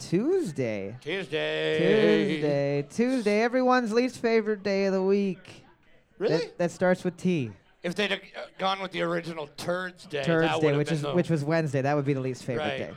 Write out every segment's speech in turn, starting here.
Tuesday. Tuesday. Tuesday, Tuesday, everyone's least favorite day of the week. Really? That, that starts with T. if they'd have uh, gone with the original Turds Day, that would Thursday, have which been is the, which was Wednesday. That would be the least favorite Right. day.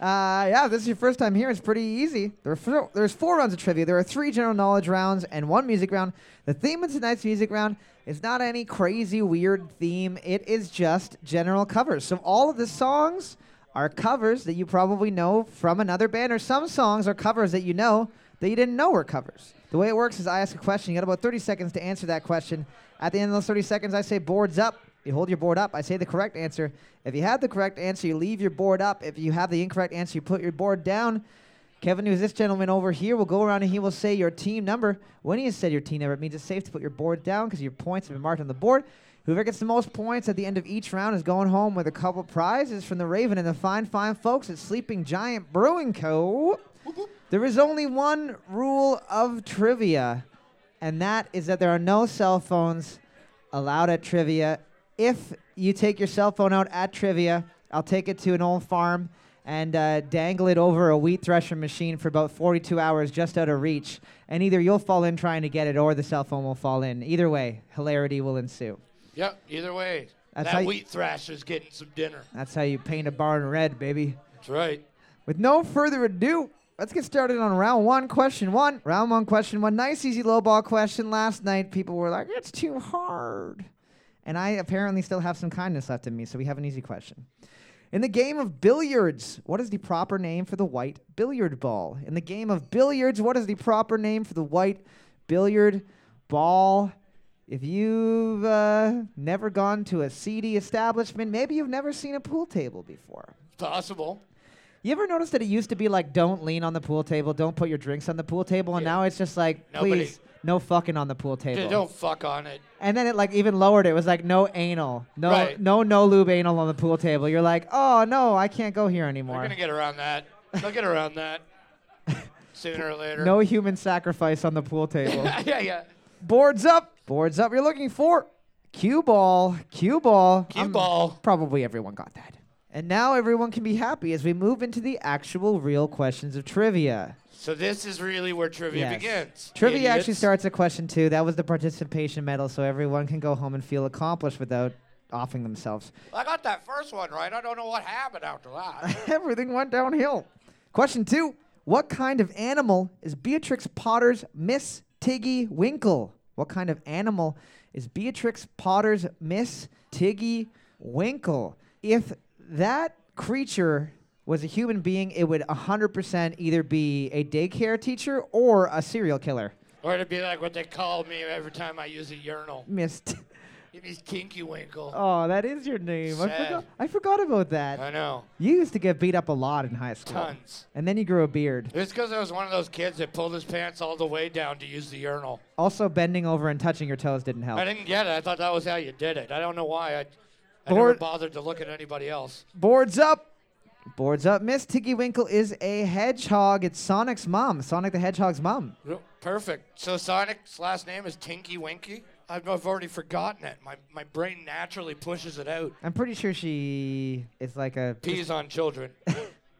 Uh, yeah, if this is your first time here. It's pretty easy. There are four, there's four rounds of trivia. There are three general knowledge rounds and one music round. The theme of tonight's music round is not any crazy weird theme. It is just general covers. So all of the songs are covers that you probably know from another band, or some songs are covers that you know that you didn't know were covers. The way it works is I ask a question. You got about 30 seconds to answer that question. At the end of those 30 seconds, I say boards up. You hold your board up. I say the correct answer. If you have the correct answer, you leave your board up. If you have the incorrect answer, you put your board down. Kevin, who's this gentleman over here, will go around and he will say your team number. When he has said your team number, it means it's safe to put your board down because your points have been marked on the board. Whoever gets the most points at the end of each round is going home with a couple prizes from the Raven and the fine, fine folks at Sleeping Giant Brewing Co. There is only one rule of trivia, and that is that there are no cell phones allowed at trivia. If you take your cell phone out at trivia, I'll take it to an old farm and uh, dangle it over a wheat thresher machine for about 42 hours just out of reach. And either you'll fall in trying to get it or the cell phone will fall in. Either way, hilarity will ensue. Yep, either way. That's how that you- wheat thrash is getting some dinner. That's how you paint a barn red, baby. That's right. With no further ado, let's get started on round one, question one. Round one, question one. Nice, easy, low ball question. Last night, people were like, it's too hard. And I apparently still have some kindness left in me, so we have an easy question. In the game of billiards, what is the proper name for the white billiard ball? In the game of billiards, what is the proper name for the white billiard ball? If you've uh, never gone to a seedy establishment, maybe you've never seen a pool table before. It's Possible. You ever notice that it used to be like, don't lean on the pool table, don't put your drinks on the pool table, and Yeah. now it's just like, Nobody- please, no fucking on the pool D- table. Don't fuck on it. And then it like even lowered it. It was like, no anal, no, Right. no, no lube anal on the pool table. You're like, oh no, I can't go here They're anymore. going to get around that. They'll get around that sooner or later. No human sacrifice on the pool table. yeah, yeah. Boards up, boards up. You're looking for cue ball, cue ball, Cue ball. Probably everyone got that. And now everyone can be happy as we move into the actual real questions of trivia. So this is really where trivia Yes. begins. Trivia actually idiots. starts at question two. That was the participation medal, so everyone can go home and feel accomplished without offing themselves. I got that first one right. I don't know what happened after that. Everything went downhill. Question two What kind of animal is Beatrix Potter's Miss Tiggy Winkle? What kind of animal is Beatrix Potter's Miss Tiggy Winkle? If that creature was a human being, it would 100% either be a daycare teacher or a serial killer. or it'd be like what they call me every time I use a urinal. Miss. It means Kinky Winkle. Oh, that is your name. I Sad. forgot, I forgot about that. I know. You used to get beat up a lot in high school. Tons. And then you grew a beard. It's because I was one of those kids that pulled his pants all the way down to use the urinal. Also, bending over and touching your toes didn't help. I didn't get it. I thought that was how you did it. I don't know why. I, I never Lord- bothered to look at anybody else. Boards up. Boards up. Miss Tiggy Winkle is a hedgehog. It's Sonic's mom. Sonic the Hedgehog's mom. Perfect. So Sonic's last name is Tinky Winky. I've, I've already forgotten it. My, my brain naturally pushes it out. I'm pretty sure she is like a. Peas on children.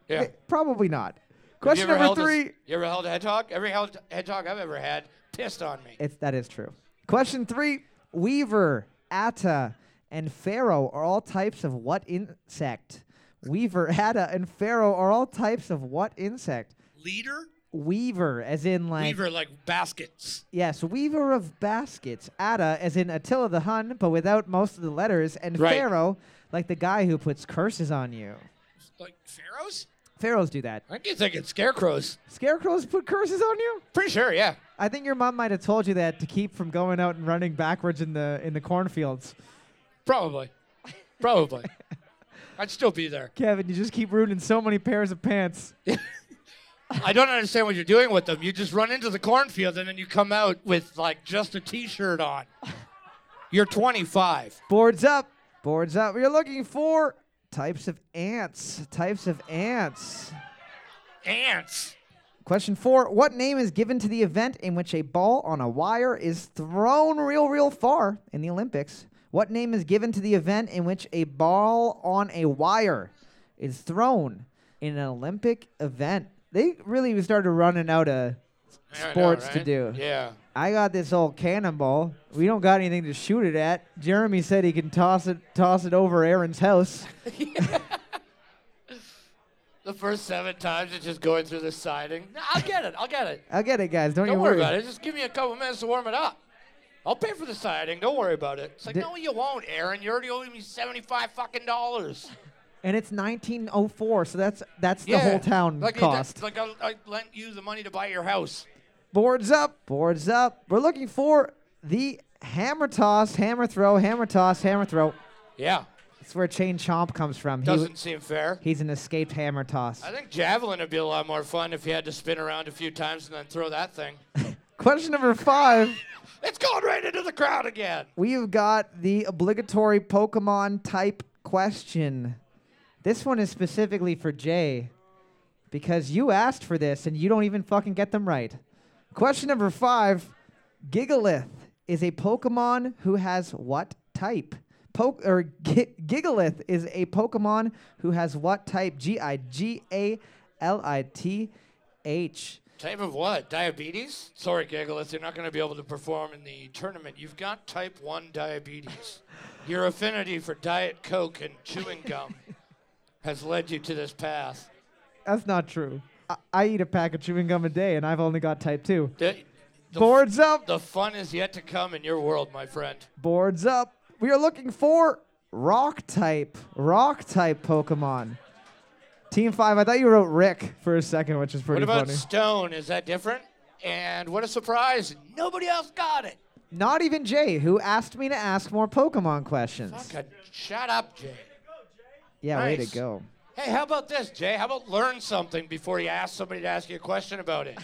Yeah. Probably not. Have you Question ever number held a s- three. you ever held a hedgehog? Every held, hedgehog I've ever had pissed on me. It's that is true. Question three: Weaver, Atta, and Pharaoh are all types of what insect? Weaver, Atta, and Pharaoh are all types of what insect? Leader? Weaver, as in like Weaver like baskets. yes, weaver of baskets. Atta, as in Attila the Hun, but without most of the letters, and Right. Pharaoh, like the guy who puts curses on you. Like pharaohs? Pharaohs do that. I keep thinking scarecrows. Scarecrows put curses on you. Pretty sure, yeah. I think your mom might have told you that to keep from going out and running backwards in the in the cornfields. Probably. Probably. I'd still be there. Kevin, you just keep ruining so many pairs of pants. I don't understand what you're doing with them. You just run into the cornfield and then you come out with like just a t-shirt on. You're 25. Boards up. Boards up. We're looking for types of ants. Types of ants. Ants. Question four What name is given to the event in which a ball on a wire is thrown real, real far in the Olympics? What name is given to the event in which a ball on a wire is thrown in an Olympic event? They really started running out of Yeah, I know, sports right? to do. Yeah. I got this old cannonball. We don't got anything to shoot it at. Jeremy said he can toss it toss it over Aaron's house. The first seven times it's just going through the siding. Nah, I'll get it. I'll get it. I'll get it, guys. Don't, Don't you worry about it. Just give me a couple minutes to warm it up. I'll pay for the siding. Don't worry about it. It's like, Did- no, you won't, Aaron. You already owe me 75 fucking dollars. And it's 1904, so that's that's the whole town like, cost. Like, I, I lent you the money to buy your house. Boards up, boards up. We're looking for the hammer toss, hammer throw, hammer toss, hammer throw. Yeah. That's where Chain Chomp comes from. He w- Doesn't seem fair. he's an escaped hammer toss. I think javelin would be a lot more fun if you had to spin around a few times and then throw that thing. Question number five. it's going right into the crowd again. We've got the obligatory Pokemon type question. This one is specifically for Jay because you asked for this and you don't even fucking get them right. Question number five Gigalith is a Pokemon who has what type? Po- or G- Gigalith is a Pokemon who has what type? G I G A L I T H. Type of what? Diabetes? Sorry, Gigalith, you're not going to be able to perform in the tournament. You've got type 1 diabetes. Your affinity for Diet Coke and chewing gum has led you to this path. That's not true. I-, I eat a pack of chewing gum a day and I've only got type 2. The, the, Boards up. the fun is yet to come in your world, my friend. Boards up. We are looking for rock type, rock type Pokemon. Team five. I thought you wrote Rick for a second, which is What pretty about funny. Stone? Is that different? And what a surprise! Nobody else got it. Not even Jay, who asked me to ask more Pokemon questions. God, shut up, Jay. Yeah, way nice. to go. Hey, how about this, Jay? How about learn something before you ask somebody to ask you a question about it?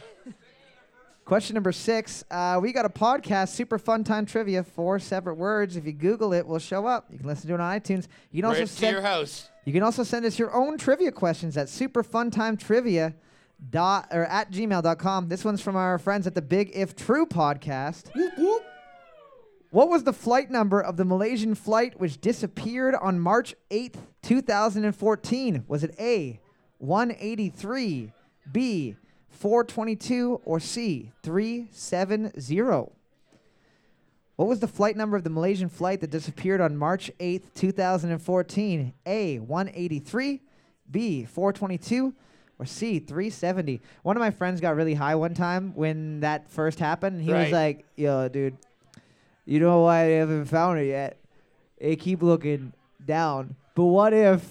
Question number six. Uh, we got a podcast, Super Fun Time Trivia. Four separate words. If you Google it, will show up. You can listen to it on iTunes. You can also Right to send your house. You can also send us your own trivia questions at superfuntimetrivia dot or at gmail.com. This one's from our friends at the Big If True podcast. What was the flight number of the Malaysian flight which disappeared on March 8th, 2014? Was it A, 183, B, 422, or C, 370? What was the flight number of the Malaysian flight that disappeared on March 8th, 2014? A, 183, B, 422, or C, 370? One of my friends got really high one time when that first happened, and he was Right. like, yo, dude, you know why they haven't found it yet? They keep looking down. But what if,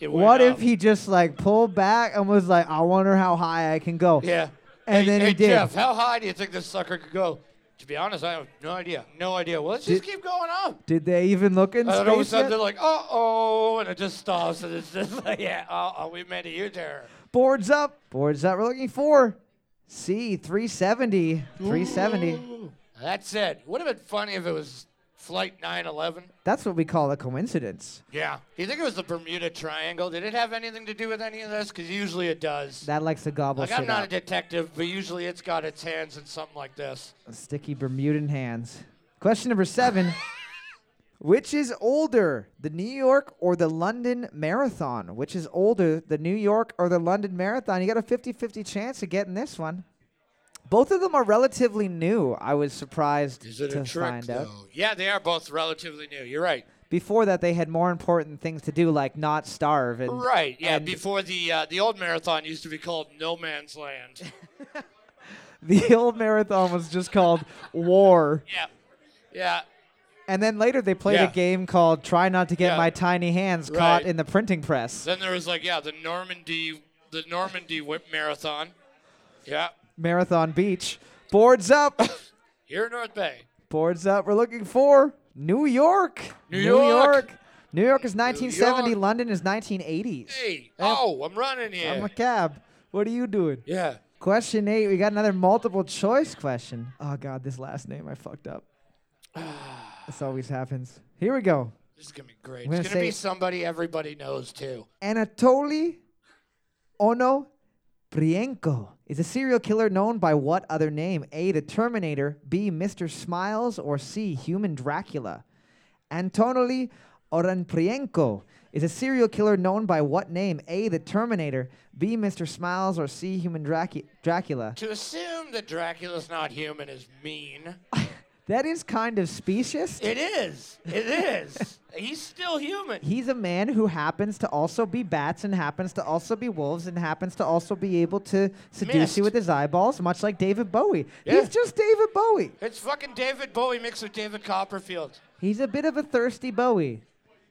It went what up. if he just like pulled back and was like, I wonder how high I can go? Yeah. And hey, then he hey, did. Jeff, how high do you think this sucker could go? To be honest, I have no idea. No idea. Well, let's just Did- keep going up. Did they even look in And then all of a space sudden yet? they're like, uh oh, and it just stops, and it's just like, yeah, uh oh, we made a U turn. Boards up. Boards up. We're looking for C 370. 370. That's it. Would have been funny if it was Flight 911. That's what we call a coincidence. Yeah. Do you think it was the Bermuda Triangle? Did it have anything to do with any of this? Because usually it does. That likes to gobble Like, shit I'm not a up. detective, but usually it's got its hands in something like this. Sticky Bermudan hands. Question number seven. Which is older, the New York or the London Marathon? Which is older, the New York or the London Marathon? You got a 50 50 chance of getting this one. Both of them are relatively new. I was surprised Is it to a trick, find out. though? Yeah, they are both relatively new. You're right. Before that, they had more important things to do, like not starve and Right. Yeah. and- before the uh, the old marathon used to be called No Man's Land. The old marathon was just called War. yeah. Yeah. And then later they played Yeah. a game called Try Not to Get Yeah. My Tiny Hands Caught Right. in the Printing Press. Then there was like yeah the Normandy the Normandy Whip Marathon. Yeah. Marathon Beach. Boards up. Here in North Bay. Boards up. We're looking for New York. New York. New York is 1970. York. London is 1980s. Hey. Oh, I'm running here. I'm a cab. What are you doing? yeah. Question eight. We got another multiple choice question. Oh God, this last name I fucked up. this always happens. Here we go. This is gonna be great. I'm It's gonna gonna be say- somebody everybody knows too. Anatoly Ono Prienko is a serial killer known by what other name? A. The Terminator, B. Mr. Smiles, or C. Human Dracula. Antonoli Oranprienko is a serial killer known by what name? A. The Terminator, B. Mr. Smiles, or C. Human Dracu- Dracula. To assume that Dracula's not human is mean. That is kind of specious. It is. It is. He's still human. He's a man who happens to also be bats and happens to also be wolves and happens to also be able to seduce Missed. you with his eyeballs, much like David Bowie. Yeah. He's just David Bowie. It's fucking David Bowie mixed with David Copperfield. He's a bit of a thirsty Bowie.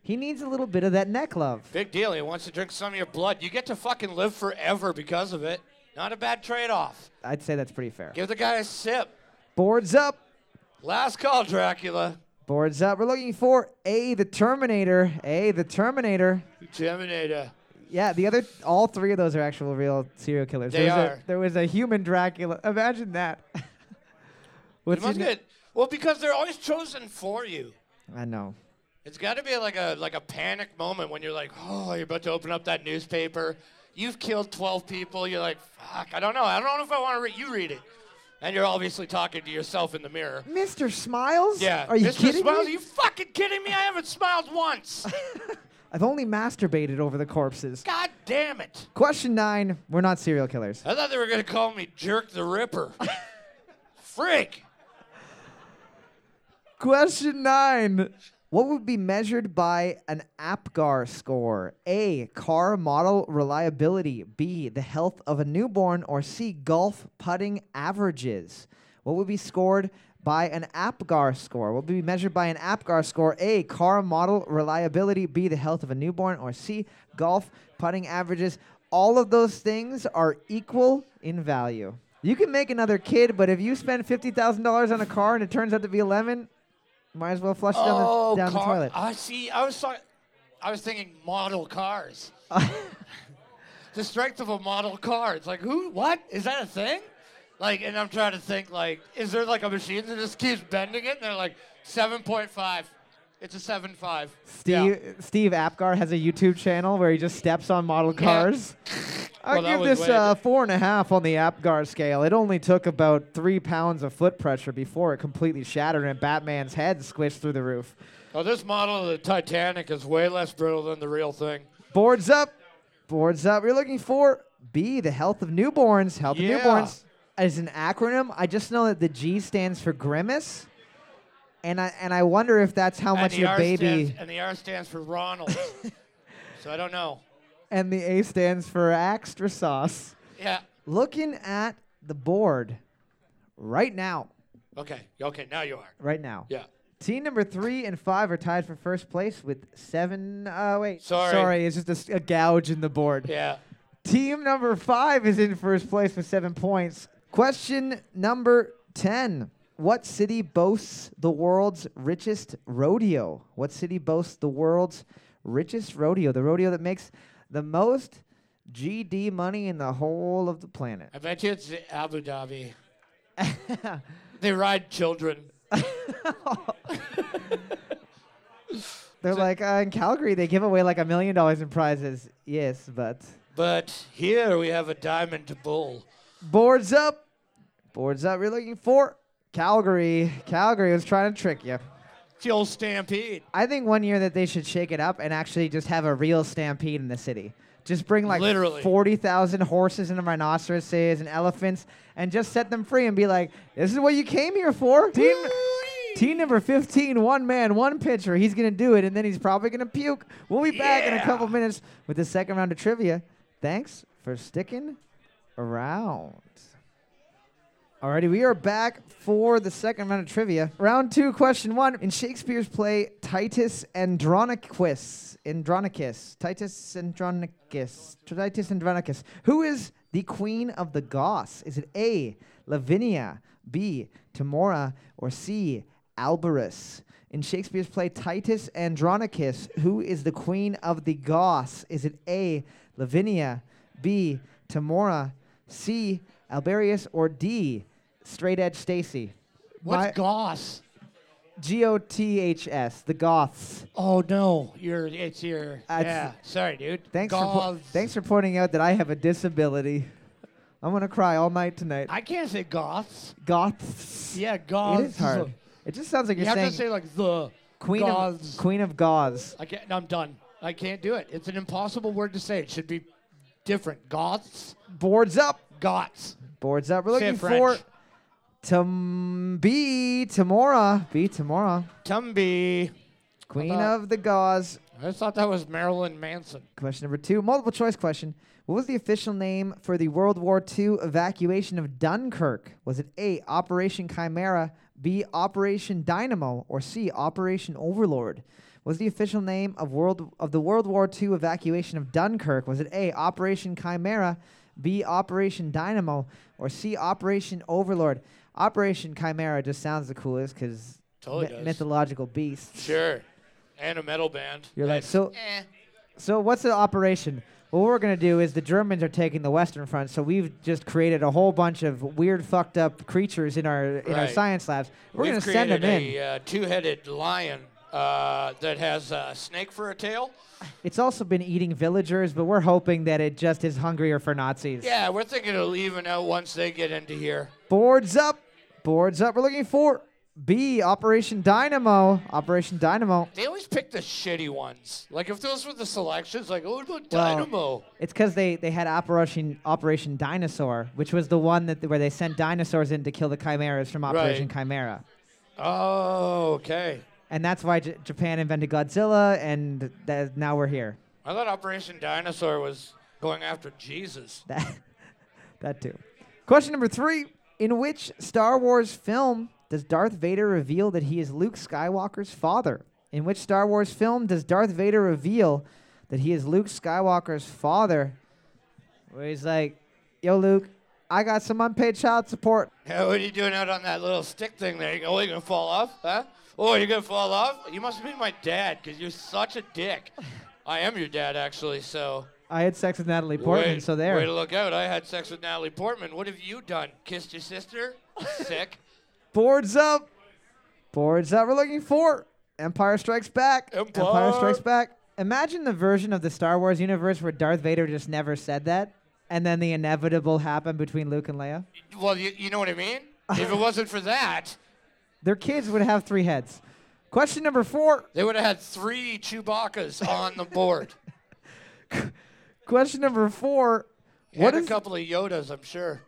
He needs a little bit of that neck love. Big deal. He wants to drink some of your blood. You get to fucking live forever because of it. Not a bad trade off. I'd say that's pretty fair. Give the guy a sip. Boards up. Last call, Dracula. Boards up. We're looking for A, the Terminator. A, the Terminator. Terminator. Yeah, the other, all three of those are actual real serial killers. They there was are. A, there was a human Dracula. Imagine that. You What's must his- get, well, because they're always chosen for you. I know. It's got to be like a like a panic moment when you're like, oh, you're about to open up that newspaper. You've killed 12 people. You're like, fuck, I don't know. I don't know if I want to read. You read it, and you're obviously talking to yourself in the mirror. Mr. Smiles? Yeah. Are you Mr. kidding Smiles, me? Are you fucking kidding me? I haven't smiled once. I've only masturbated over the corpses. God damn it. Question nine. We're not serial killers. I thought they were gonna call me Jerk the Ripper. Freak. Question nine. What would be measured by an APGAR score? A. Car model reliability. B. The health of a newborn. Or C. Golf putting averages. What would be scored by an APGAR score? What would be measured by an APGAR score? A. Car model reliability. B. The health of a newborn. Or C. Golf putting averages. All of those things are equal in value. You can make another kid, but if you spend fifty thousand dollars on a car and it turns out to be a lemon, might as well flush it down, oh, the, down the car. toilet. I see. I was talking. I was thinking model cars. the strength of a model car. It's like who? What is that a thing? Like, and I'm trying to think. Like, is there like a machine that just keeps bending it? And they're like, seven point five. It's a seven five. Steve Steve Apgar has a YouTube channel where he just steps on model cars. I Well, that give was this way uh, four and a half on the Apgar scale. It only took about three pounds of foot pressure before it completely shattered and Batman's head squished through the roof. Oh, this model of the Titanic is way less brittle than the real thing. Boards up, boards up. We're looking for B, the health of newborns. Health Yeah. of newborns is an acronym. I just know that the G stands for grimace, and I and I wonder if that's how much and the your R baby. stands, and the R stands for Ronald. so I don't know. and the A stands for extra sauce. Yeah. Looking at the board right now, Okay. Okay. Now you are. right now. Yeah. Team number three and five are tied for first place with seven. Uh, wait, Sorry. sorry, it's just a s- a, gouge in the board. Yeah. Team number five is in first place with seven points. Question number 10. What city boasts the world's richest rodeo? What city boasts the world's richest rodeo? The rodeo that makes the most GD money in the whole of the planet. I bet you it's Abu Dhabi. they ride children. They're like, uh, in Calgary, they give away like a million dollars in prizes. Yes, but. But here we have a diamond bull. Boards up. Boards up. You're looking for Calgary. Calgary was trying to trick you. It's the old stampede. I think one year that they should shake it up and actually just have a real stampede in the city. Just bring like Literally. 40,000 horses and rhinoceroses and elephants and just set them free and be like, this is what you came here for. Team, team number 15, one man, one pitcher. He's going to do it and then he's probably going to puke. We'll be back in a Yeah. couple minutes with the second round of trivia. Thanks for sticking around. Alrighty, we are back for the second round of trivia. Round two, question one. In Shakespeare's play Titus Andronicus, Andronicus, Titus Andronicus, Titus Andronicus, who is the queen of the Goths? Is it A, Lavinia, B, Tamora, or C, Alberus? In Shakespeare's play Titus Andronicus, who is the queen of the Goths? Is it A, Lavinia, B, Tamora, C, Alberius, or D, Straight Edge Stacy? What's My- Goss? G O T H S, the Goths. Oh no, you're it's your Uh, it's- yeah. Sorry, dude. Thanks for, po- Goths. thanks for pointing out that I have a disability. I'm going to cry all night tonight. I can't say Goths. Goths. Yeah, It Goths. is hard. It just sounds like You you're have to saying say like the Queen Goths. of Queen of Gauze. I can't. I'm done. I can't do it. It's an impossible word to say. It should be different. Goths. Boards up. Goths. Boards up. We're Say looking it French. for Tam B Tamora. B Tamora. Tumby. Queen thought- of the Gauze. I just thought that was Marilyn Manson. Question number two, multiple choice question. What was the official name for the World War II evacuation of Dunkirk? Was it A, Operation Chimera, B, Operation Dynamo, or C, Operation Overlord? Was the official name of world of the World War II evacuation of Dunkirk? Was it A, Operation Chimera, B, Operation Dynamo, or C, Operation Overlord? Operation Chimera just sounds the coolest because Totally does. mythological beasts. Sure. And a metal band. You're like That's- so. eh. So what's the operation? What we're gonna do is the Germans are taking the Western Front, so we've just created a whole bunch of weird, fucked up creatures in our in our Right. science labs. We're We've gonna send them created in. a uh, two-headed lion uh, that has a snake for a tail. It's also been eating villagers, but we're hoping that it just is hungrier for Nazis. Yeah, we're thinking of leaving out once they get into here. Boards up, boards up. We're looking for B Operation Dynamo. Operation Dynamo. They always pick the shitty ones. Like if those were the selections, like oh, what about Well, Dynamo? It's because they, they had Operation Operation Dinosaur, which was the one that where they sent dinosaurs in to kill the chimeras from Operation Chimera. Oh, okay. and that's why J- Japan invented Godzilla, and that now we're here. I thought Operation Dinosaur was going after Jesus. That, that too. Question number three: In which Star Wars film does Darth Vader reveal that he is Luke Skywalker's father? In which Star Wars film does Darth Vader reveal that he is Luke Skywalker's father? Where he's like, "Yo, Luke, I got some unpaid child support." Yeah, what are you doing out on that little stick thing there? You go, oh, you gonna fall off, huh? Oh, you're gonna fall off? You must be my dad, cause you're such a dick. I am your dad, actually. So I had sex with Natalie Portman, Way- so there. Way to look out. I had sex with Natalie Portman. What have you done? Kissed your sister? Sick. Boards up. Boards up. We're looking for Empire Strikes Back. Empire. Strikes Back. Imagine the version of the Star Wars universe where Darth Vader just never said that, and then the inevitable happened between Luke and Leia. Well, you, you know what I mean? If it wasn't for that, Their kids would have three heads. Question number four. they would have had three Chewbaccas on the board. Question number four. What and is, a couple of Yodas, I'm sure.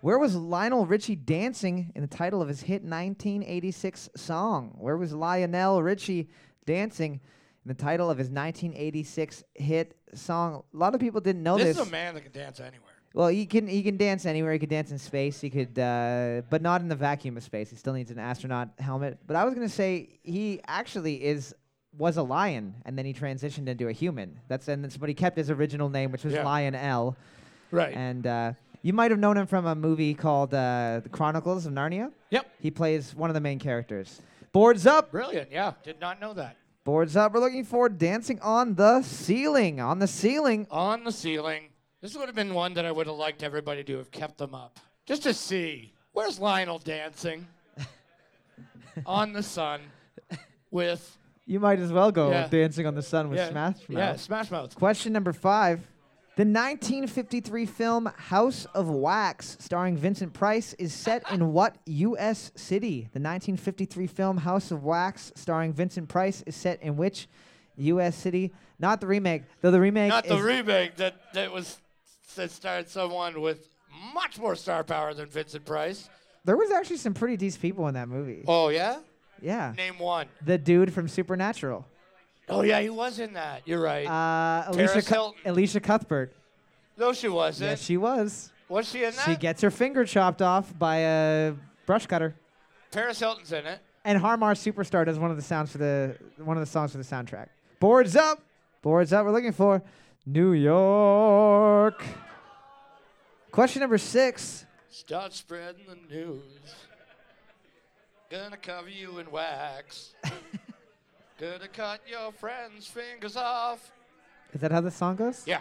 where was Lionel Richie dancing in the title of his hit 1986 song? Where was Lionel Richie dancing in the title of his 1986 hit song? A lot of people didn't know This this. is a man that can dance anywhere. Well, he can he can dance anywhere. He could dance in space. He could, uh, but not in the vacuum of space. He still needs an astronaut helmet. But I was gonna say he actually is was a lion, and then he transitioned into a human. That's and that's, but he kept his original name, which was Yeah. Lion L. Right. And uh, you might have known him from a movie called uh, The Chronicles of Narnia. yep. He plays one of the main characters. Boards up. Brilliant. Yeah. Did not know that. Boards up. We're looking for dancing on the ceiling. On the ceiling. On the ceiling. This would have been one that I would have liked everybody to have kept them up. Just to see. Where's Lionel dancing? on the sun with You might as well go Yeah. dancing on the sun with Smash Mouth. Yeah, Smash Mouth. Question number five. The 1953 film House of Wax, starring Vincent Price, is set in what U.S. city? The 1953 film House of Wax, starring Vincent Price, is set in which U.S. city? Not the remake, though the remake Not the is- remake that that was that starred someone with much more star power than Vincent Price. there was actually some pretty decent people in that movie. Oh yeah, Yeah, name one. the dude from Supernatural, Oh yeah, he was in that. You're right. uh, Alicia, Paris Cu- Hilton. Alicia Cuthbert. no, she wasn't. Yes, she was. was she in that? She gets her finger chopped off by a brush cutter. Paris Hilton's in it. And Harmar Superstar does one of the sounds for the one of the songs for the soundtrack. Boards up, boards up. We're looking for New York. Question number six. Start spreading the news. Gonna cover you in wax. Gonna cut your friends' fingers off. Is that how the song goes? Yeah,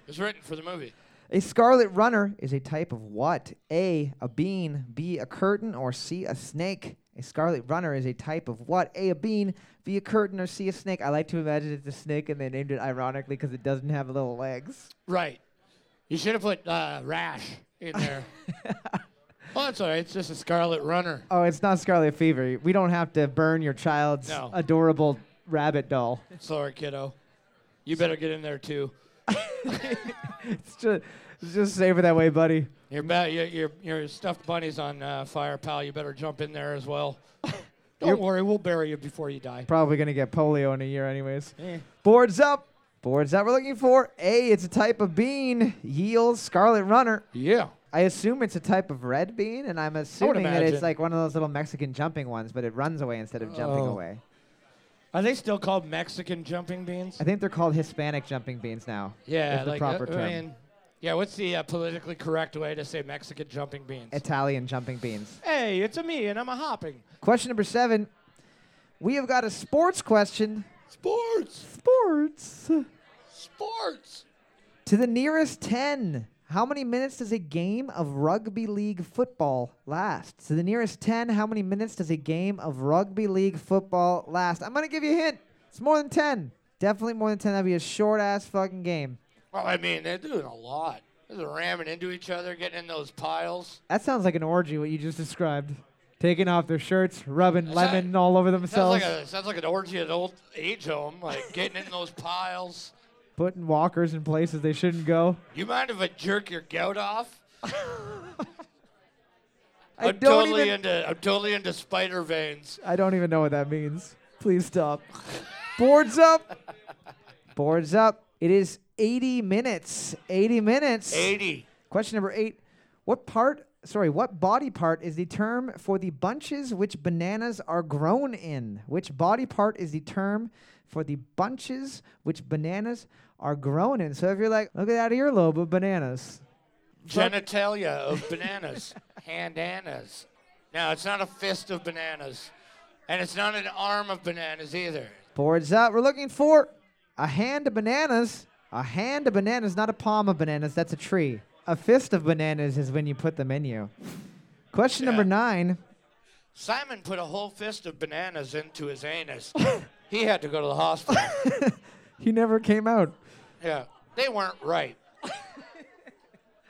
it was written for the movie. A scarlet runner is a type of what? A. A bean. B. A curtain. Or C. A snake. A scarlet runner is a type of what? A. A bean. B. A curtain. Or C. A snake. I like to imagine it's a snake and they named it ironically because it doesn't have little legs. Right. You should have put uh, rash in there. well, that's all right. It's just a scarlet runner. Oh, it's not scarlet fever. We don't have to burn your child's No. adorable rabbit doll. Sorry, kiddo. You better get in there too. It's just, it's just save it that way, buddy. Your ba- your, your your stuffed bunny's on uh, fire, pal. You better jump in there as well. Don't worry, we'll bury you before you die. Probably gonna get polio in a year, anyways. Eh. Boards up. Boards up. We're looking for A. It's a type of bean. Yield scarlet runner. Yeah. I assume it's a type of red bean, and I'm assuming that it's imagine. like one of those little Mexican jumping ones, but it runs away instead of jumping Oh. away. Are they still called Mexican jumping beans? I think they're called Hispanic jumping beans now. Yeah, is the like proper uh, I term. mean, yeah, what's the uh, politically correct way to say Mexican jumping beans? Italian jumping beans. hey, it's a me and I'm a hopping. Question number seven. We have got a sports question. Sports, Sports. sports. To the nearest 10. How many minutes does a game of rugby league football last? To the nearest 10, how many minutes does a game of rugby league football last? I'm going to give you a hint. It's more than 10. Definitely more than 10. That'd be a short ass fucking game. Well, I mean, they're doing a lot. They're ramming into each other, getting in those piles. That sounds like an orgy, what you just described. Taking off their shirts, rubbing It's not- lemon all over Sounds themselves, like a sounds like an orgy at old age home, like getting in those piles. putting walkers in places they shouldn't go. You mind if I jerk your gout off? I am don't, totally even, into I'm totally into spider veins. I don't even know what that means. Please stop. Boards up. Boards up. It is 80 minutes. 80 minutes. Eighty. Question number eight. What part, sorry, what body part is the term for the bunches which bananas are grown in? Which body part is the term for the bunches which bananas are grown in? So if you're like, look at that earlobe of bananas. Genitalia of bananas. Handanas. No, it's not a fist of bananas. And it's not an arm of bananas either. Boards up. We're looking for a hand of bananas. A hand of bananas, not a palm of bananas. That's a tree. A fist of bananas is when you put them in you. Question number Yeah. nine. Simon put a whole fist of bananas into his anus. he had to go to the hospital. He never came out. yeah. They weren't right.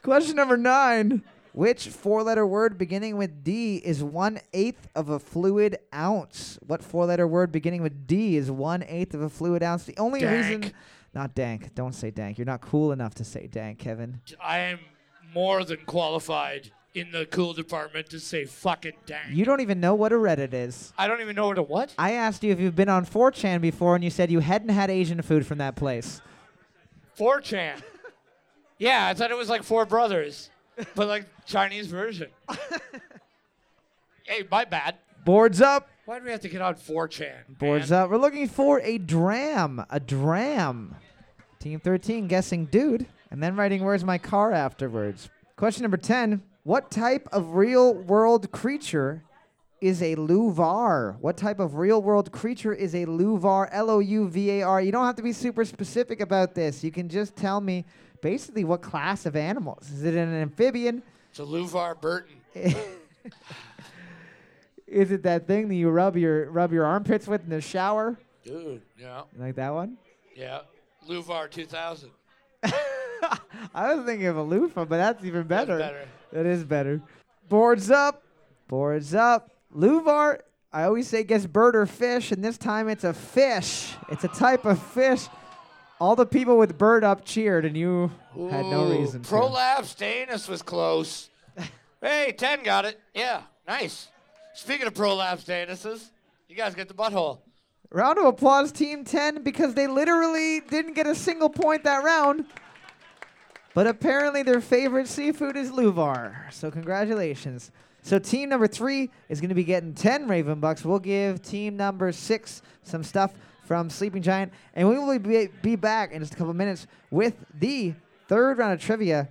Question number nine. Which four letter word beginning with D is one eighth of a fluid ounce? What four letter word beginning with D is one eighth of a fluid ounce? The only reason. Dank. Not dank. Don't say dank. You're not cool enough to say dank, Kevin. I am more than qualified in the cool department to say fucking dang. You don't even know what a Reddit is. I don't even know where to what? I asked you if you've been on 4chan before, and you said you hadn't had Asian food from that place. 4chan. yeah, I thought it was like Four Brothers, but like Chinese version. hey, my bad. Boards up. Why do we have to get on 4chan? Boards up. We're looking for a dram. A dram. Team 13 guessing dude and then writing where's my car afterwards. Question number 10. What type of real world creature is a louvar? What type of real world creature is a louvar? L O U V A R. You don't have to be super specific about this. You can just tell me basically what class of animals. Is it an amphibian? To Louvar Burton. Is it that thing that you rub your rub your armpits with in the shower? Dude, yeah. Like that one? Yeah. Louvar 2000. I was thinking of a loofah, but that's even better. better. That is better. Boards up. Boards up. Louvar, I always say guess bird or fish, and this time it's a fish. It's a type of fish. All the people with bird up cheered, and you had no Ooh, reason. to. Prolapsed anus was close. hey, 10 got it. Yeah, nice. Speaking of prolapsed anuses, you guys get the butthole. Round of applause, Team 10, because they literally didn't get a single point that round. But apparently, their favorite seafood is Luvar. So, congratulations. So, team number three is going to be getting 10 Raven Bucks. We'll give team number six some stuff from Sleeping Giant. And we will be, be back in just a couple minutes with the third round of trivia.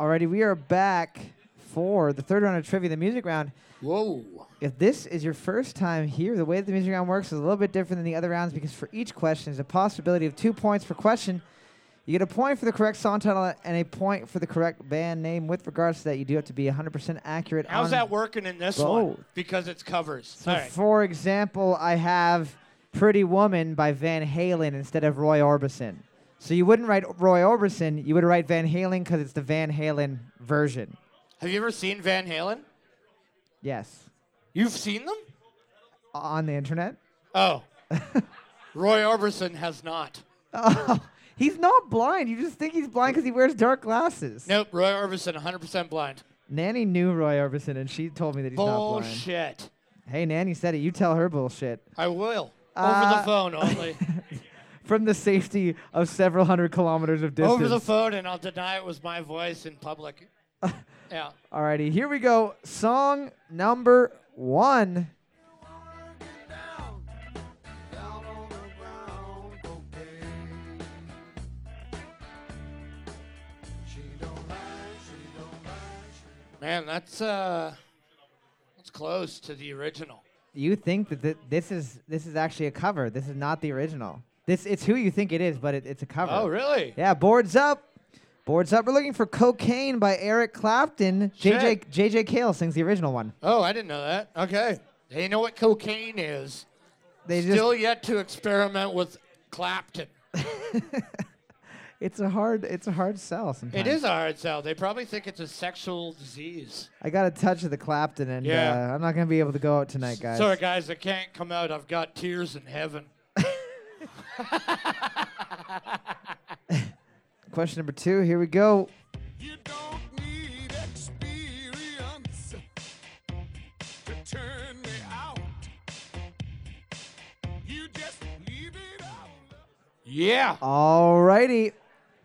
Alrighty, we are back for the third round of trivia, the music round. Whoa. If this is your first time here, the way that the music round works is a little bit different than the other rounds because for each question, there's a possibility of two points per question. You get a point for the correct song title and a point for the correct band name. With regards to that, you do have to be 100% accurate. How's on that working in this both. one? Because it's covers. So, All right. for example, I have Pretty Woman by Van Halen instead of Roy Orbison. So you wouldn't write Roy Orbison, you would write Van Halen because it's the Van Halen version. Have you ever seen Van Halen? Yes. You've seen them? On the internet? Oh. Roy Orbison has not. Oh, he's not blind. You just think he's blind because he wears dark glasses. Nope, Roy Orbison 100% blind. Nanny knew Roy Orbison and she told me that he's not blind. Bullshit. Hey, Nanny said it. You tell her bullshit. I will. Over Uh, the phone only. From the safety of several hundred kilometers of distance. Over the phone, and I'll deny it was my voice in public. yeah. Alrighty, here we go. Song number one. Man, that's uh, that's close to the original. You think that th- this is this is actually a cover. This is not the original. This it's who you think it is, but it, it's a cover. Oh, really? Yeah, boards up. Boards up. We're looking for Cocaine by Eric Clapton. JJ Shit. JJ Cale sings the original one. Oh, I didn't know that. Okay. They know what cocaine is. They just Still yet to experiment with Clapton. it's a hard it's a hard sell sometimes. It is a hard sell. They probably think it's a sexual disease. I got a touch of the Clapton and Yeah. uh, I'm not gonna be able to go out tonight, guys. Sorry, guys, I can't come out. I've got tears in heaven. Question number two, here we go. You don't need experience to turn me out. You just leave it out. Yeah. Alrighty.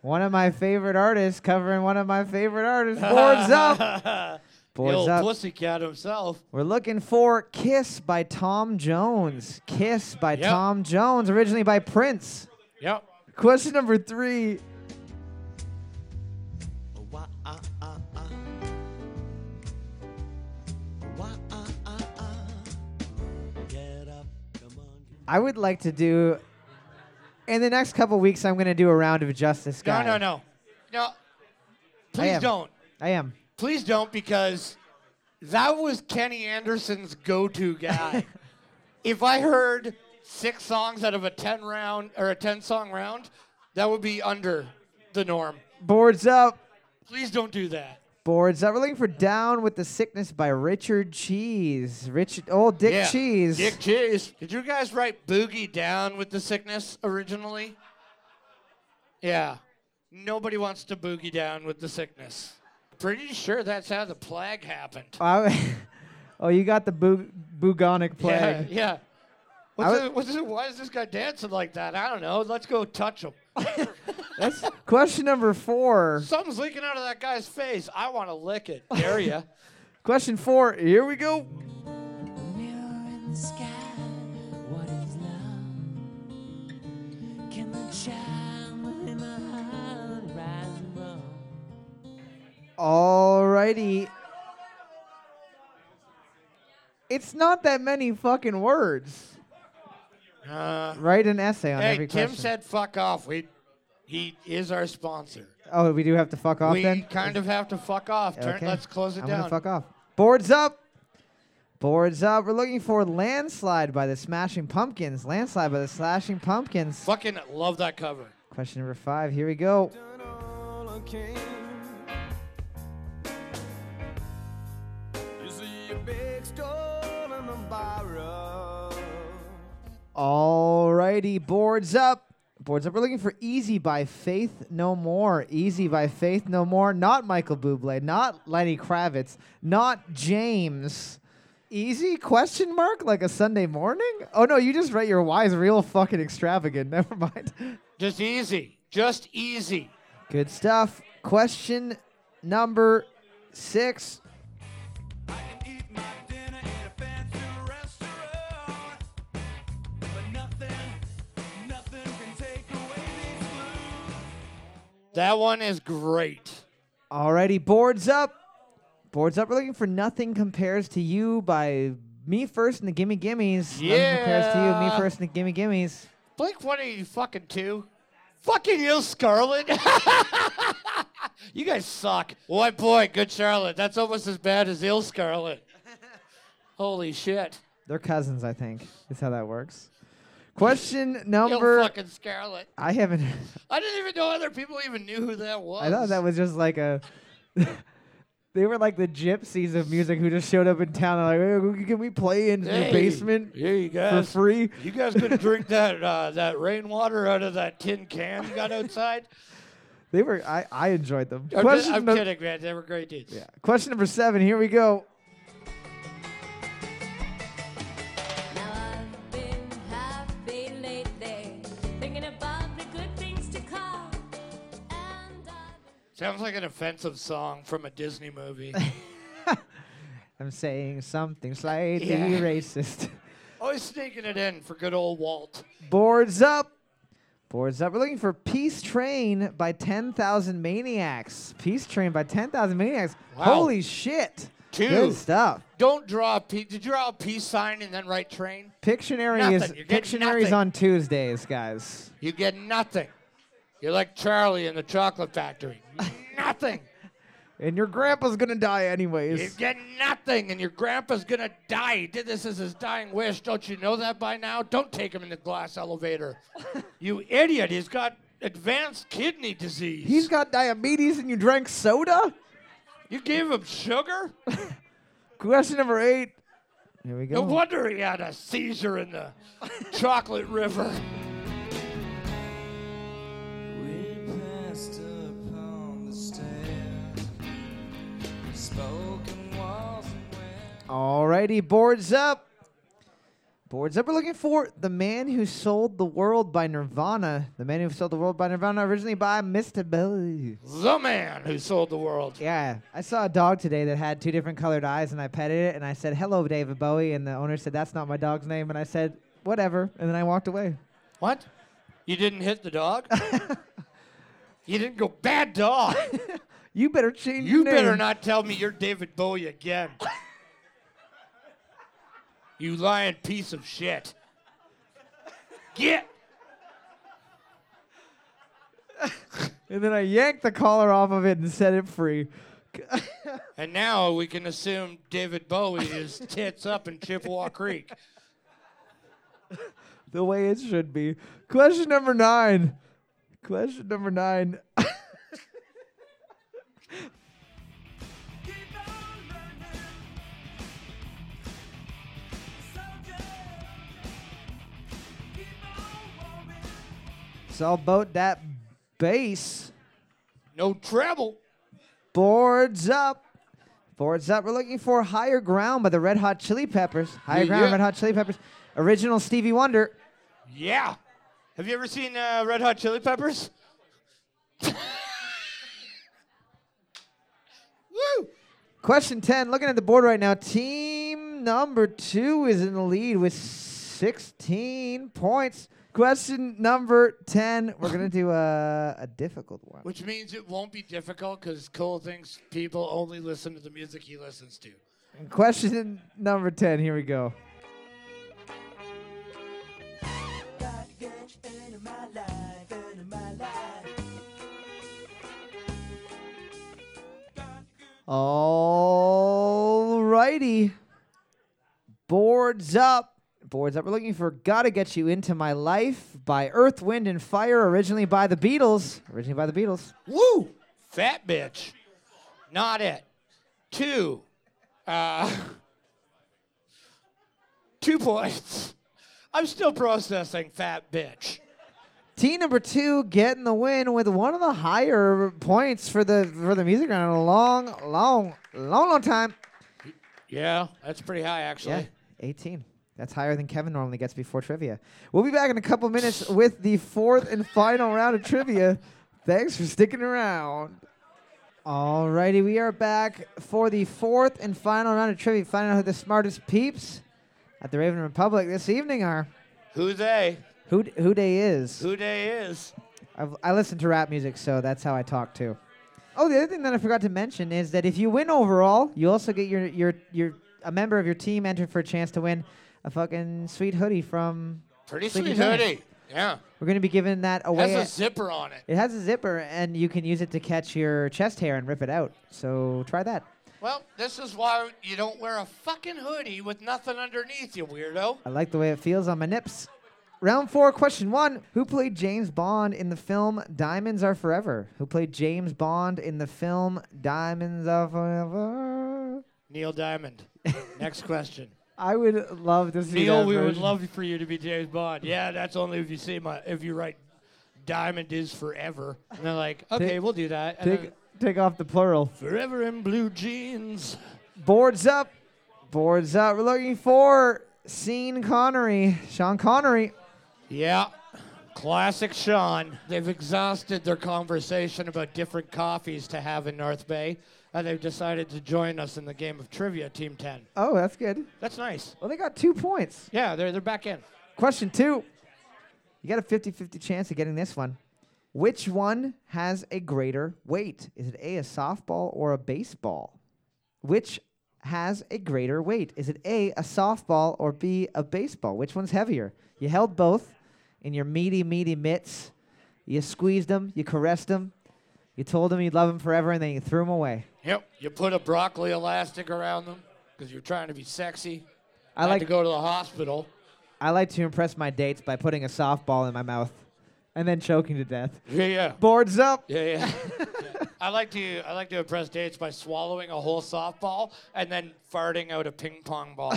One of my favorite artists covering one of my favorite artists. Boards up. The Boards old up. pussycat himself. We're looking for Kiss by Tom Jones. Kiss by Yep. Tom Jones, originally by Prince. Yep. Question number three. I would like to do. In the next couple weeks, I'm going to do a round of justice, No, guys. no, no. No. Please am. don't. I am. Please don't because that was Kenny Anderson's go to guy. if I heard six songs out of a 10 round or a 10 song round, that would be under the norm. Boards up. Please don't do that. Boards up. We're looking for "Down with the Sickness" by Richard Cheese. Richard, oh Dick Yeah. Cheese. Dick Cheese. Did you guys write Boogie Down with the Sickness originally? Yeah. Nobody wants to boogie down with the sickness. Pretty sure that's how the plague happened. I- oh, you got the bu- bubonic plague. Yeah. yeah. I What's was- it- what's it- why is this guy dancing like that? I don't know. Let's go touch him. That's question number four. Something's leaking out of that guy's face. I want to lick it. Dare ya? Question four. Here we go. Mirror in the sky, what is love? Can the child within my heart rise above? Alrighty. It's not that many fucking words. Uh, Write an essay on hey, every Tim question. said fuck off. We, he is our sponsor. oh, we do have to fuck off we then. kind of have to fuck off. Turn, Okay. Let's close it I'm down. gonna fuck off. Boards up. Boards up. We're looking for "Landslide" by the Smashing Pumpkins. "Landslide" by the Slashing Pumpkins. Fucking love that cover. Question number five. Here we go. Done all I can. You see a big stone in the barrel. Alrighty, boards up. Boards up. We're looking for "Easy" by Faith No More. "Easy" by Faith No More. Not Michael Bublé. Not Lenny Kravitz. Not James. Easy question mark like a Sunday morning? Oh no, you just write your Y's real fucking extravagant. Never mind. Just easy. Just easy. Good stuff. Question number six. I can eat my dinner in a fancy restaurant, but nothing, nothing can take away these blues. That one is great. Alrighty, boards up. Boards up. We're looking for Nothing Compares to You by Me First and the Gimme Gimmes. Nothing compares to you, Me Yeah. First and the Gimme Gimmes. Blink 182 fucking two. Fucking you, Scarlet. you guys suck. White boy, good Charlotte. That's almost as bad as ill Scarlet. Holy shit. They're cousins, I think. Is how that works. Question Ill number. fucking Scarlet. I haven't. I didn't even know other people even knew who that was. I thought that was just like a. they were like the gypsies of music who just showed up in town. and like, "Hey, can we play in Hey, the basement Here you for guys. free? You guys could drink that uh, that rainwater out of that tin can you got outside. They were. I, I enjoyed them. I'm, just- Question I'm num- kidding, man. They were great dudes. Yeah. Question number seven. Here we go. Now I've been happy lately, thinking about the good things to come. And I've Sounds like an offensive song from a Disney movie. I'm saying something slightly Yeah. racist. Always sneaking it in for good old Walt. Boards up. Boards up. We're looking for Peace Train by 10,000 Maniacs. Peace Train by 10,000 Maniacs. Wow. Holy shit. Dude. Good stuff. Don't draw a P. Did you draw a peace sign and then write train? Pictionary Nothing. is You're getting Pictionary's nothing. on Tuesdays, guys. You get nothing. You're like Charlie in the chocolate factory. nothing. And your grandpa's gonna die You anyways. get nothing, and your grandpa's gonna die. He did this as his dying wish. Don't you know that by now? Don't take him in the glass elevator. you idiot. He's got advanced kidney disease. He's got diabetes and you drank soda? you gave him sugar? Question number eight. Here we No go. wonder he had a seizure in the chocolate river. We passed upon the stairs, spoken walls and went. Alrighty, boards up. Boards up. We're looking for The Man Who Sold the World by Nirvana. The Man Who Sold the World by Nirvana, originally by Mr. Bowie. The man who sold the world. Yeah, I saw a dog today that had two different colored eyes, and I petted it, and I said, Hello, David Bowie. And the owner said, That's not my dog's name. And I said, Whatever. And then I walked away. What? You didn't hit the dog? you didn't go, bad dog. You better change You your name. better not tell me you're David Bowie again. you lying piece of shit. Get. And then I yanked the collar off of it and set it free. And now we can assume David Bowie is tits up in Chippewa Creek. the way it should be. Question number nine. Question number nine. Keep on running, soldier. Keep on warming. It's all about that bass. No treble. Boards up. Boards up. We're looking for Higher Ground by the Red Hot Chili Peppers. Higher Yeah, Ground, yeah. Red Hot Chili Peppers. Original Stevie Wonder. Yeah. Have you ever seen uh, Red Hot Chili Peppers? Woo! Question 10. Looking at the board right now, team number two is in the lead with 16 points. Question number 10. We're going to do a, a difficult one. Which means it won't be difficult because Cole thinks people only listen to the music he listens to. Question number 10. Here we go. Got girls in my life, in my life. Alrighty. Boards up. Boards up. We're looking for Gotta Get You Into My Life by Earth, Wind, and Fire, originally by the Beatles. Originally by the Beatles. Woo! Fat bitch. Not it. Two. Uh, two points. I'm still processing fat bitch. Team number two getting the win with one of the higher points for the for the music round in a long, long, long, long time. Yeah, that's pretty high actually. Yeah, 18. That's higher than Kevin normally gets before trivia. We'll be back in a couple minutes with the fourth and final round of trivia. Thanks for sticking around. Alrighty, we are back for the fourth and final round of trivia, finding out who the smartest peeps at the Raven Republic this evening are. Who they? Who d- who day is? Who they is? I've, I listen to rap music, so that's how I talk too. Oh, the other thing that I forgot to mention is that if you win overall, you also get your your your a member of your team entered for a chance to win a fucking sweet hoodie from Pretty Sleepy sweet Giant. hoodie. Yeah. We're going to be giving that away. Has a at- zipper on it. it has a zipper, and you can use it to catch your chest hair and rip it out. So try that. Well, this is why you don't wear a fucking hoodie with nothing underneath, you weirdo. I like the way it feels on my nips. Round four, question one. Who played James Bond in the film Diamonds Are Forever? Who played James Bond in the film Diamonds Are Forever? Neil Diamond. Next question. I would love to see Neil, that we would version. love for you to be James Bond. Yeah, that's only if you see my if you write Diamond is forever. And they're like, okay, we'll do that. And Take, then, take off the plural. forever in blue jeans. Boards up. Boards up. We're looking for Sean Connery. Sean Connery. Yeah. Classic Sean. They've exhausted their conversation about different coffees to have in North Bay, and they've decided to join us in the game of trivia, Team 10. Oh, that's good. That's nice. Well, they got two points. Yeah, they're, they're back in. Question two. You got a 50 50 chance of getting this one. Which one has a greater weight? Is it A, a softball or a baseball? Which has a greater weight? Is it A, a softball or B, a baseball? Which one's heavier? You held both in your meaty, meaty mitts. You squeezed them, you caressed them, you told them you'd love them forever, and then you threw them away. Yep. You put a broccoli elastic around them because you're trying to be sexy. I Had to like, go to the hospital. I like to impress my dates by putting a softball in my mouth and then choking to death. Yeah, yeah. Boards up. Yeah, yeah. Yeah. I like to I like to impress dates by swallowing a whole softball and then farting out a ping pong ball.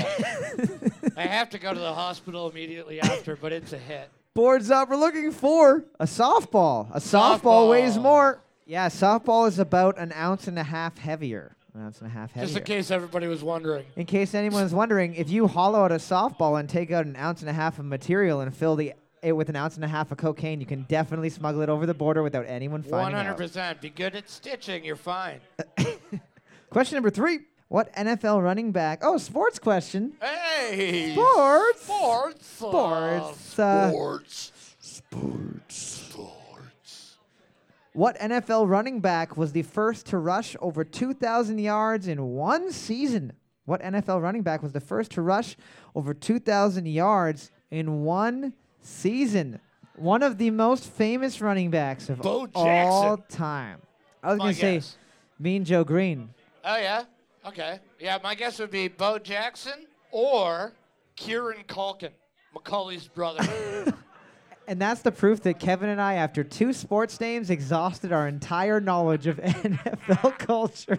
I have to go to the hospital immediately after, but it's a hit. Boards up. We're looking for a softball. A softball, weighs Softball. more. Yeah, softball is about an ounce and a half heavier. An ounce and a half heavier. Just in case everybody was wondering. In case anyone's wondering, if you hollow out a softball and take out an ounce and a half of material and fill the it with an ounce and a half of cocaine, you can definitely smuggle it over the border without anyone One finding hundred out. Uh, percent. Be good at stitching, you're fine. Question number three: What NFL running back? Oh, sports question. Hey Sports. Sports Sports, uh, Sports Sports Sports What NFL running back was the first to rush over 2,000 yards in one season? What NFL running back was the first to rush over 2,000 yards in one season? One of the most famous running backs of Bo all Jackson. time. I was My going to say guess. Mean Joe Green. Oh yeah? Okay. Yeah, my guess would be Bo Jackson or Kieran Culkin, Macaulay's brother. And that's the proof that Kevin and I, after two sports names, exhausted our entire knowledge of NFL culture.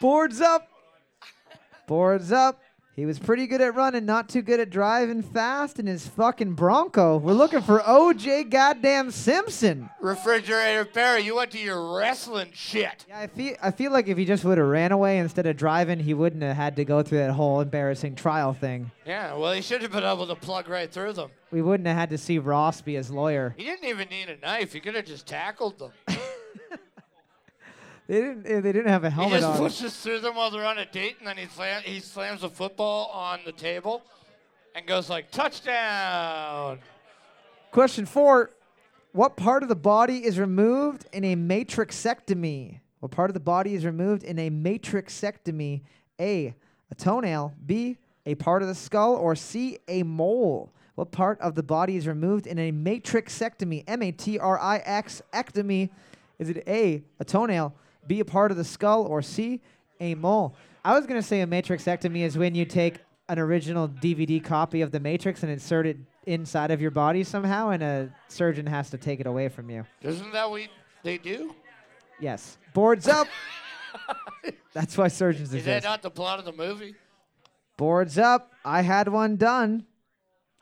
Boards up. Boards up. He was pretty good at running, not too good at driving fast in his fucking Bronco. We're looking for OJ goddamn Simpson. Refrigerator Barry, you went to your wrestling shit. Yeah, I feel I feel like if he just would have ran away instead of driving, he wouldn't have had to go through that whole embarrassing trial thing. Yeah, well, he should have been able to plug right through them. We wouldn't have had to see Ross be his lawyer. He didn't even need a knife. He could have just tackled them. They didn't they didn't have a He helmet just on. pushes through them while they're on a date, and then he, slam- he slams a football on the table and goes like, touchdown. Question four What part of the body is removed in a matrixectomy? What part of the body is removed in a matrixectomy? A. A toenail. B. A part of the skull. Or C. A mole. What part of the body is removed in a matrixectomy? M A T R I X ectomy. Is it A. A toenail. B. A part of the skull. Or C. A mole. I was going to say a matrixectomy is when you take an original DVD copy of The Matrix and insert it inside of your body somehow, and a surgeon has to take it away from you. Isn't that what they do? Yes. Boards up. That's why surgeons Is that exist. not the plot of the movie? Boards up. I had one done.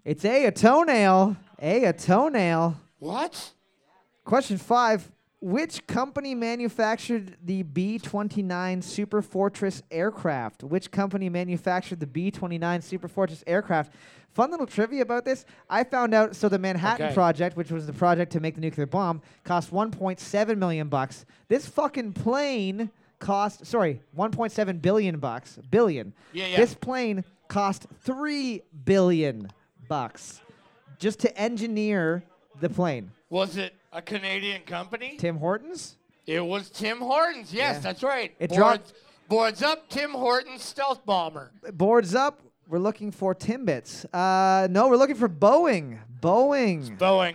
It's A, a toenail. A, a toenail. What? Question five. Which company manufactured the B 29 Super Fortress aircraft? Which company manufactured the B 29 Super Fortress aircraft? Fun little trivia about this. I found out so the Manhattan Okay. Project, which was the project to make the nuclear bomb, cost 1.7 million bucks. This fucking plane cost, sorry, 1.7 billion bucks. Billion. Yeah, yeah. This plane cost 3 billion bucks just to engineer the plane. Was it a Canadian company? Tim Hortons? It was Tim Hortons. Yes, that's right. It boards, boards up Tim Hortons stealth bomber. boards up. We're looking for Timbits. Uh, no, we're looking for Boeing. Boeing. Boeing.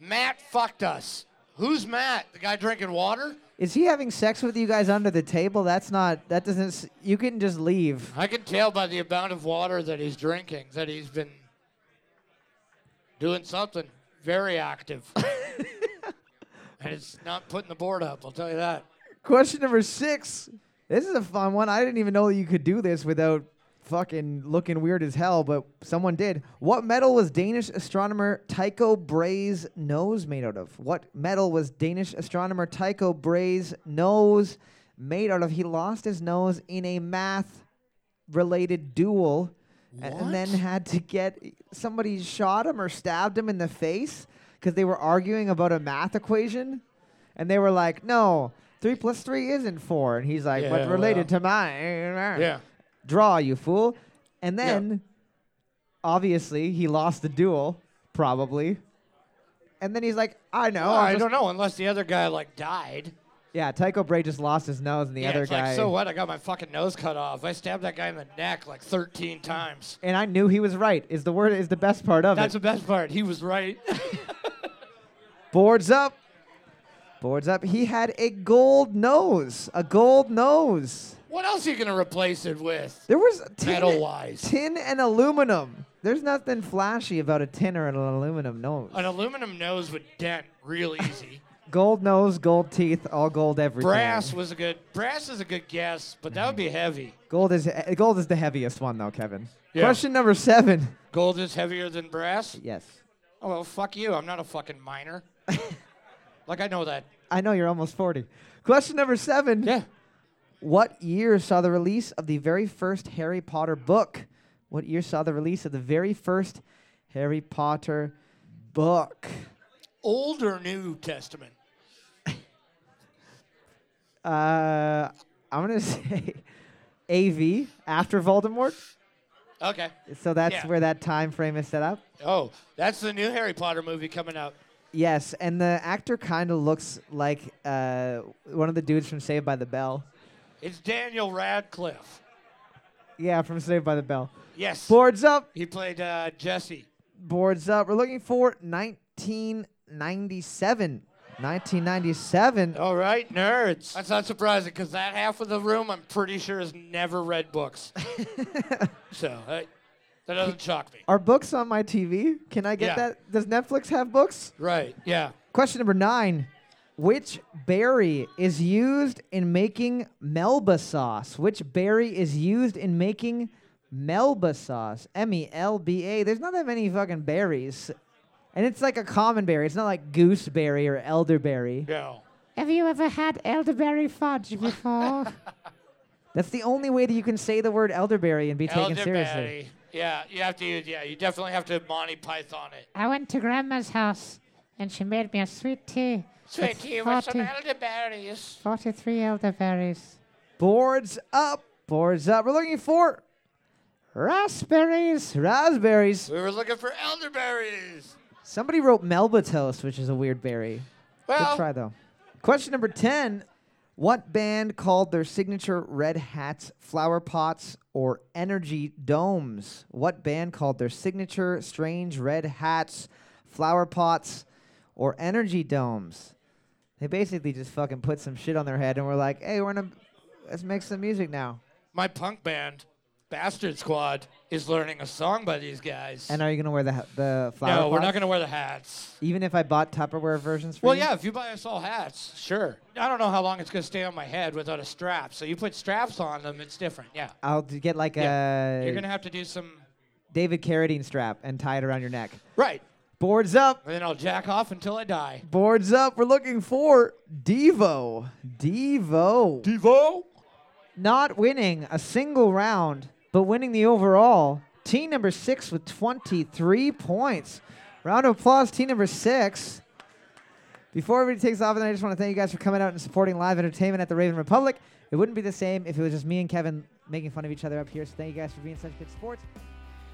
Matt fucked us. Who's Matt? The guy drinking water? Is he having sex with you guys under the table? That's not. That doesn't. s- You can just leave. I can tell by the amount of water that he's drinking that he's been doing something very active. and it's not putting the board up, I'll tell you that. Question number six. This is a fun one. I didn't even know that you could do this without fucking looking weird as hell, but someone did. What metal was Danish astronomer Tycho Brahe's nose made out of? What metal was Danish astronomer Tycho Brahe's nose made out of? He lost his nose in a math related duel a- and then had to get somebody shot him or stabbed him in the face because they were arguing about a math equation and they were like no three plus three isn't four and he's like but Yeah, related to well. mine Yeah. draw you fool and Yeah. then obviously he lost the duel probably and then he's like i know Well, I'll I Oh, just- don't know, unless the other guy like died. yeah tycho brahe just lost his nose and the yeah, other it's guy like, so what? I got my fucking nose cut off. I stabbed that guy in the neck like 13 times. and i knew he was right is the word is the best part of it That's the best part. He was right. Boards up. Boards up. He had a gold nose. A gold nose. what else are you gonna replace it with? There was tin, Metal-wise. tin and aluminum. There's nothing flashy about a tin or an aluminum nose. An aluminum nose would dent real easy. Gold nose, gold teeth, all gold everything. brass was a good brass is a good guess, but that would be heavy. Gold is eh, gold is the heaviest one though, Kevin. Yeah. Question number seven. Gold is heavier than brass? Yes. Oh well fuck you. I'm not a fucking miner. like I know that. I know you're almost 40. Question number seven. Yeah. What year saw the release of the very first Harry Potter book? What year saw the release of the very first Harry Potter book? Old or New Testament? Uh, I'm gonna say AV after Voldemort. Okay. So that's Yeah. where that time frame is set up. Oh, that's the new Harry Potter movie coming out. Yes, and the actor kind of looks like uh, one of the dudes from Saved by the Bell. It's Daniel Radcliffe. Yeah, from Saved by the Bell. Yes. Boards up. He played uh, Jesse. boards up. We're looking for 1997. 1997. All right, nerds. That's not surprising because that half of the room, I'm pretty sure, has never read books. so uh, that doesn't shock me. Are books on my TV? Can I get Yeah. that? Does Netflix have books? Right, yeah. Question number nine. Which berry is used in making Melba sauce? Which berry is used in making Melba sauce? M E L B A. There's not that many fucking berries. And it's like a common berry. It's not like gooseberry or elderberry. No. Have you ever had elderberry fudge before? That's the only way that you can say the word elderberry and be taken seriously. Elderberry. Yeah, you have to use, yeah, you definitely have to Monty Python it. I went to grandma's house and she made me a sweet tea. Sweet with tea with some 40 elderberries. 43 elderberries. Boards up, boards up. We're looking for raspberries, raspberries. We were looking for elderberries. Somebody wrote Melba toast, which is a weird berry. Good Well, try though. Question number ten: What band called their signature red hats flower pots or energy domes? What band called their signature strange red hats flower pots or energy domes? They basically just fucking put some shit on their head and were like, "Hey, we're gonna let's make some music now." my punk band, Bastard Squad, is learning a song by these guys. And are you gonna wear the ha- the flower? no, we're pots? not going to wear the hats. Even if I bought Tupperware versions for Well, you? yeah, if you buy us all hats, sure. I don't know how long it's going to stay on my head without a strap. So you put straps on them, it's different. Yeah. I'll d- get like Yeah. a You're going to have to do some. David Carradine strap and tie it around your neck. Right. Boards up, And then I'll jack off until I die. boards up. We're looking for Devo. Devo. Devo? Not winning a single round, but winning the overall. Team number six with 23 points. Round of applause, team number six. Before everybody takes off, and I just want to thank you guys for coming out and supporting live entertainment at the Raven Republic. It wouldn't be the same if it was just me and Kevin making fun of each other up here. So thank you guys for being such good sports.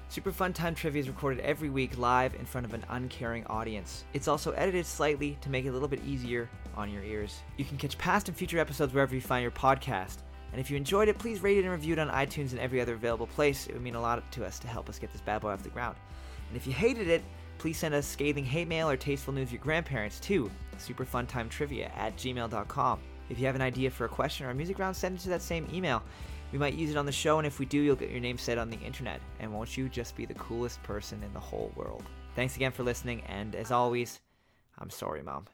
Super Fun Time Trivia is recorded every week live in front of an uncaring audience. It's also edited slightly to make it a little bit easier on your ears. You can catch past and future episodes wherever you find your podcast. And if you enjoyed it, please rate it and review it on iTunes and every other available place. It would mean a lot to us to help us get this bad boy off the ground. And if you hated it, please send us scathing hate mail or tasteful news of your grandparents too. Superfuntimetrivia at gmail.com. If you have an idea for a question or a music round, send it to that same email. We might use it on the show, and if we do, you'll get your name said on the internet. And won't you just be the coolest person in the whole world? Thanks again for listening, and as always, I'm sorry, Mom.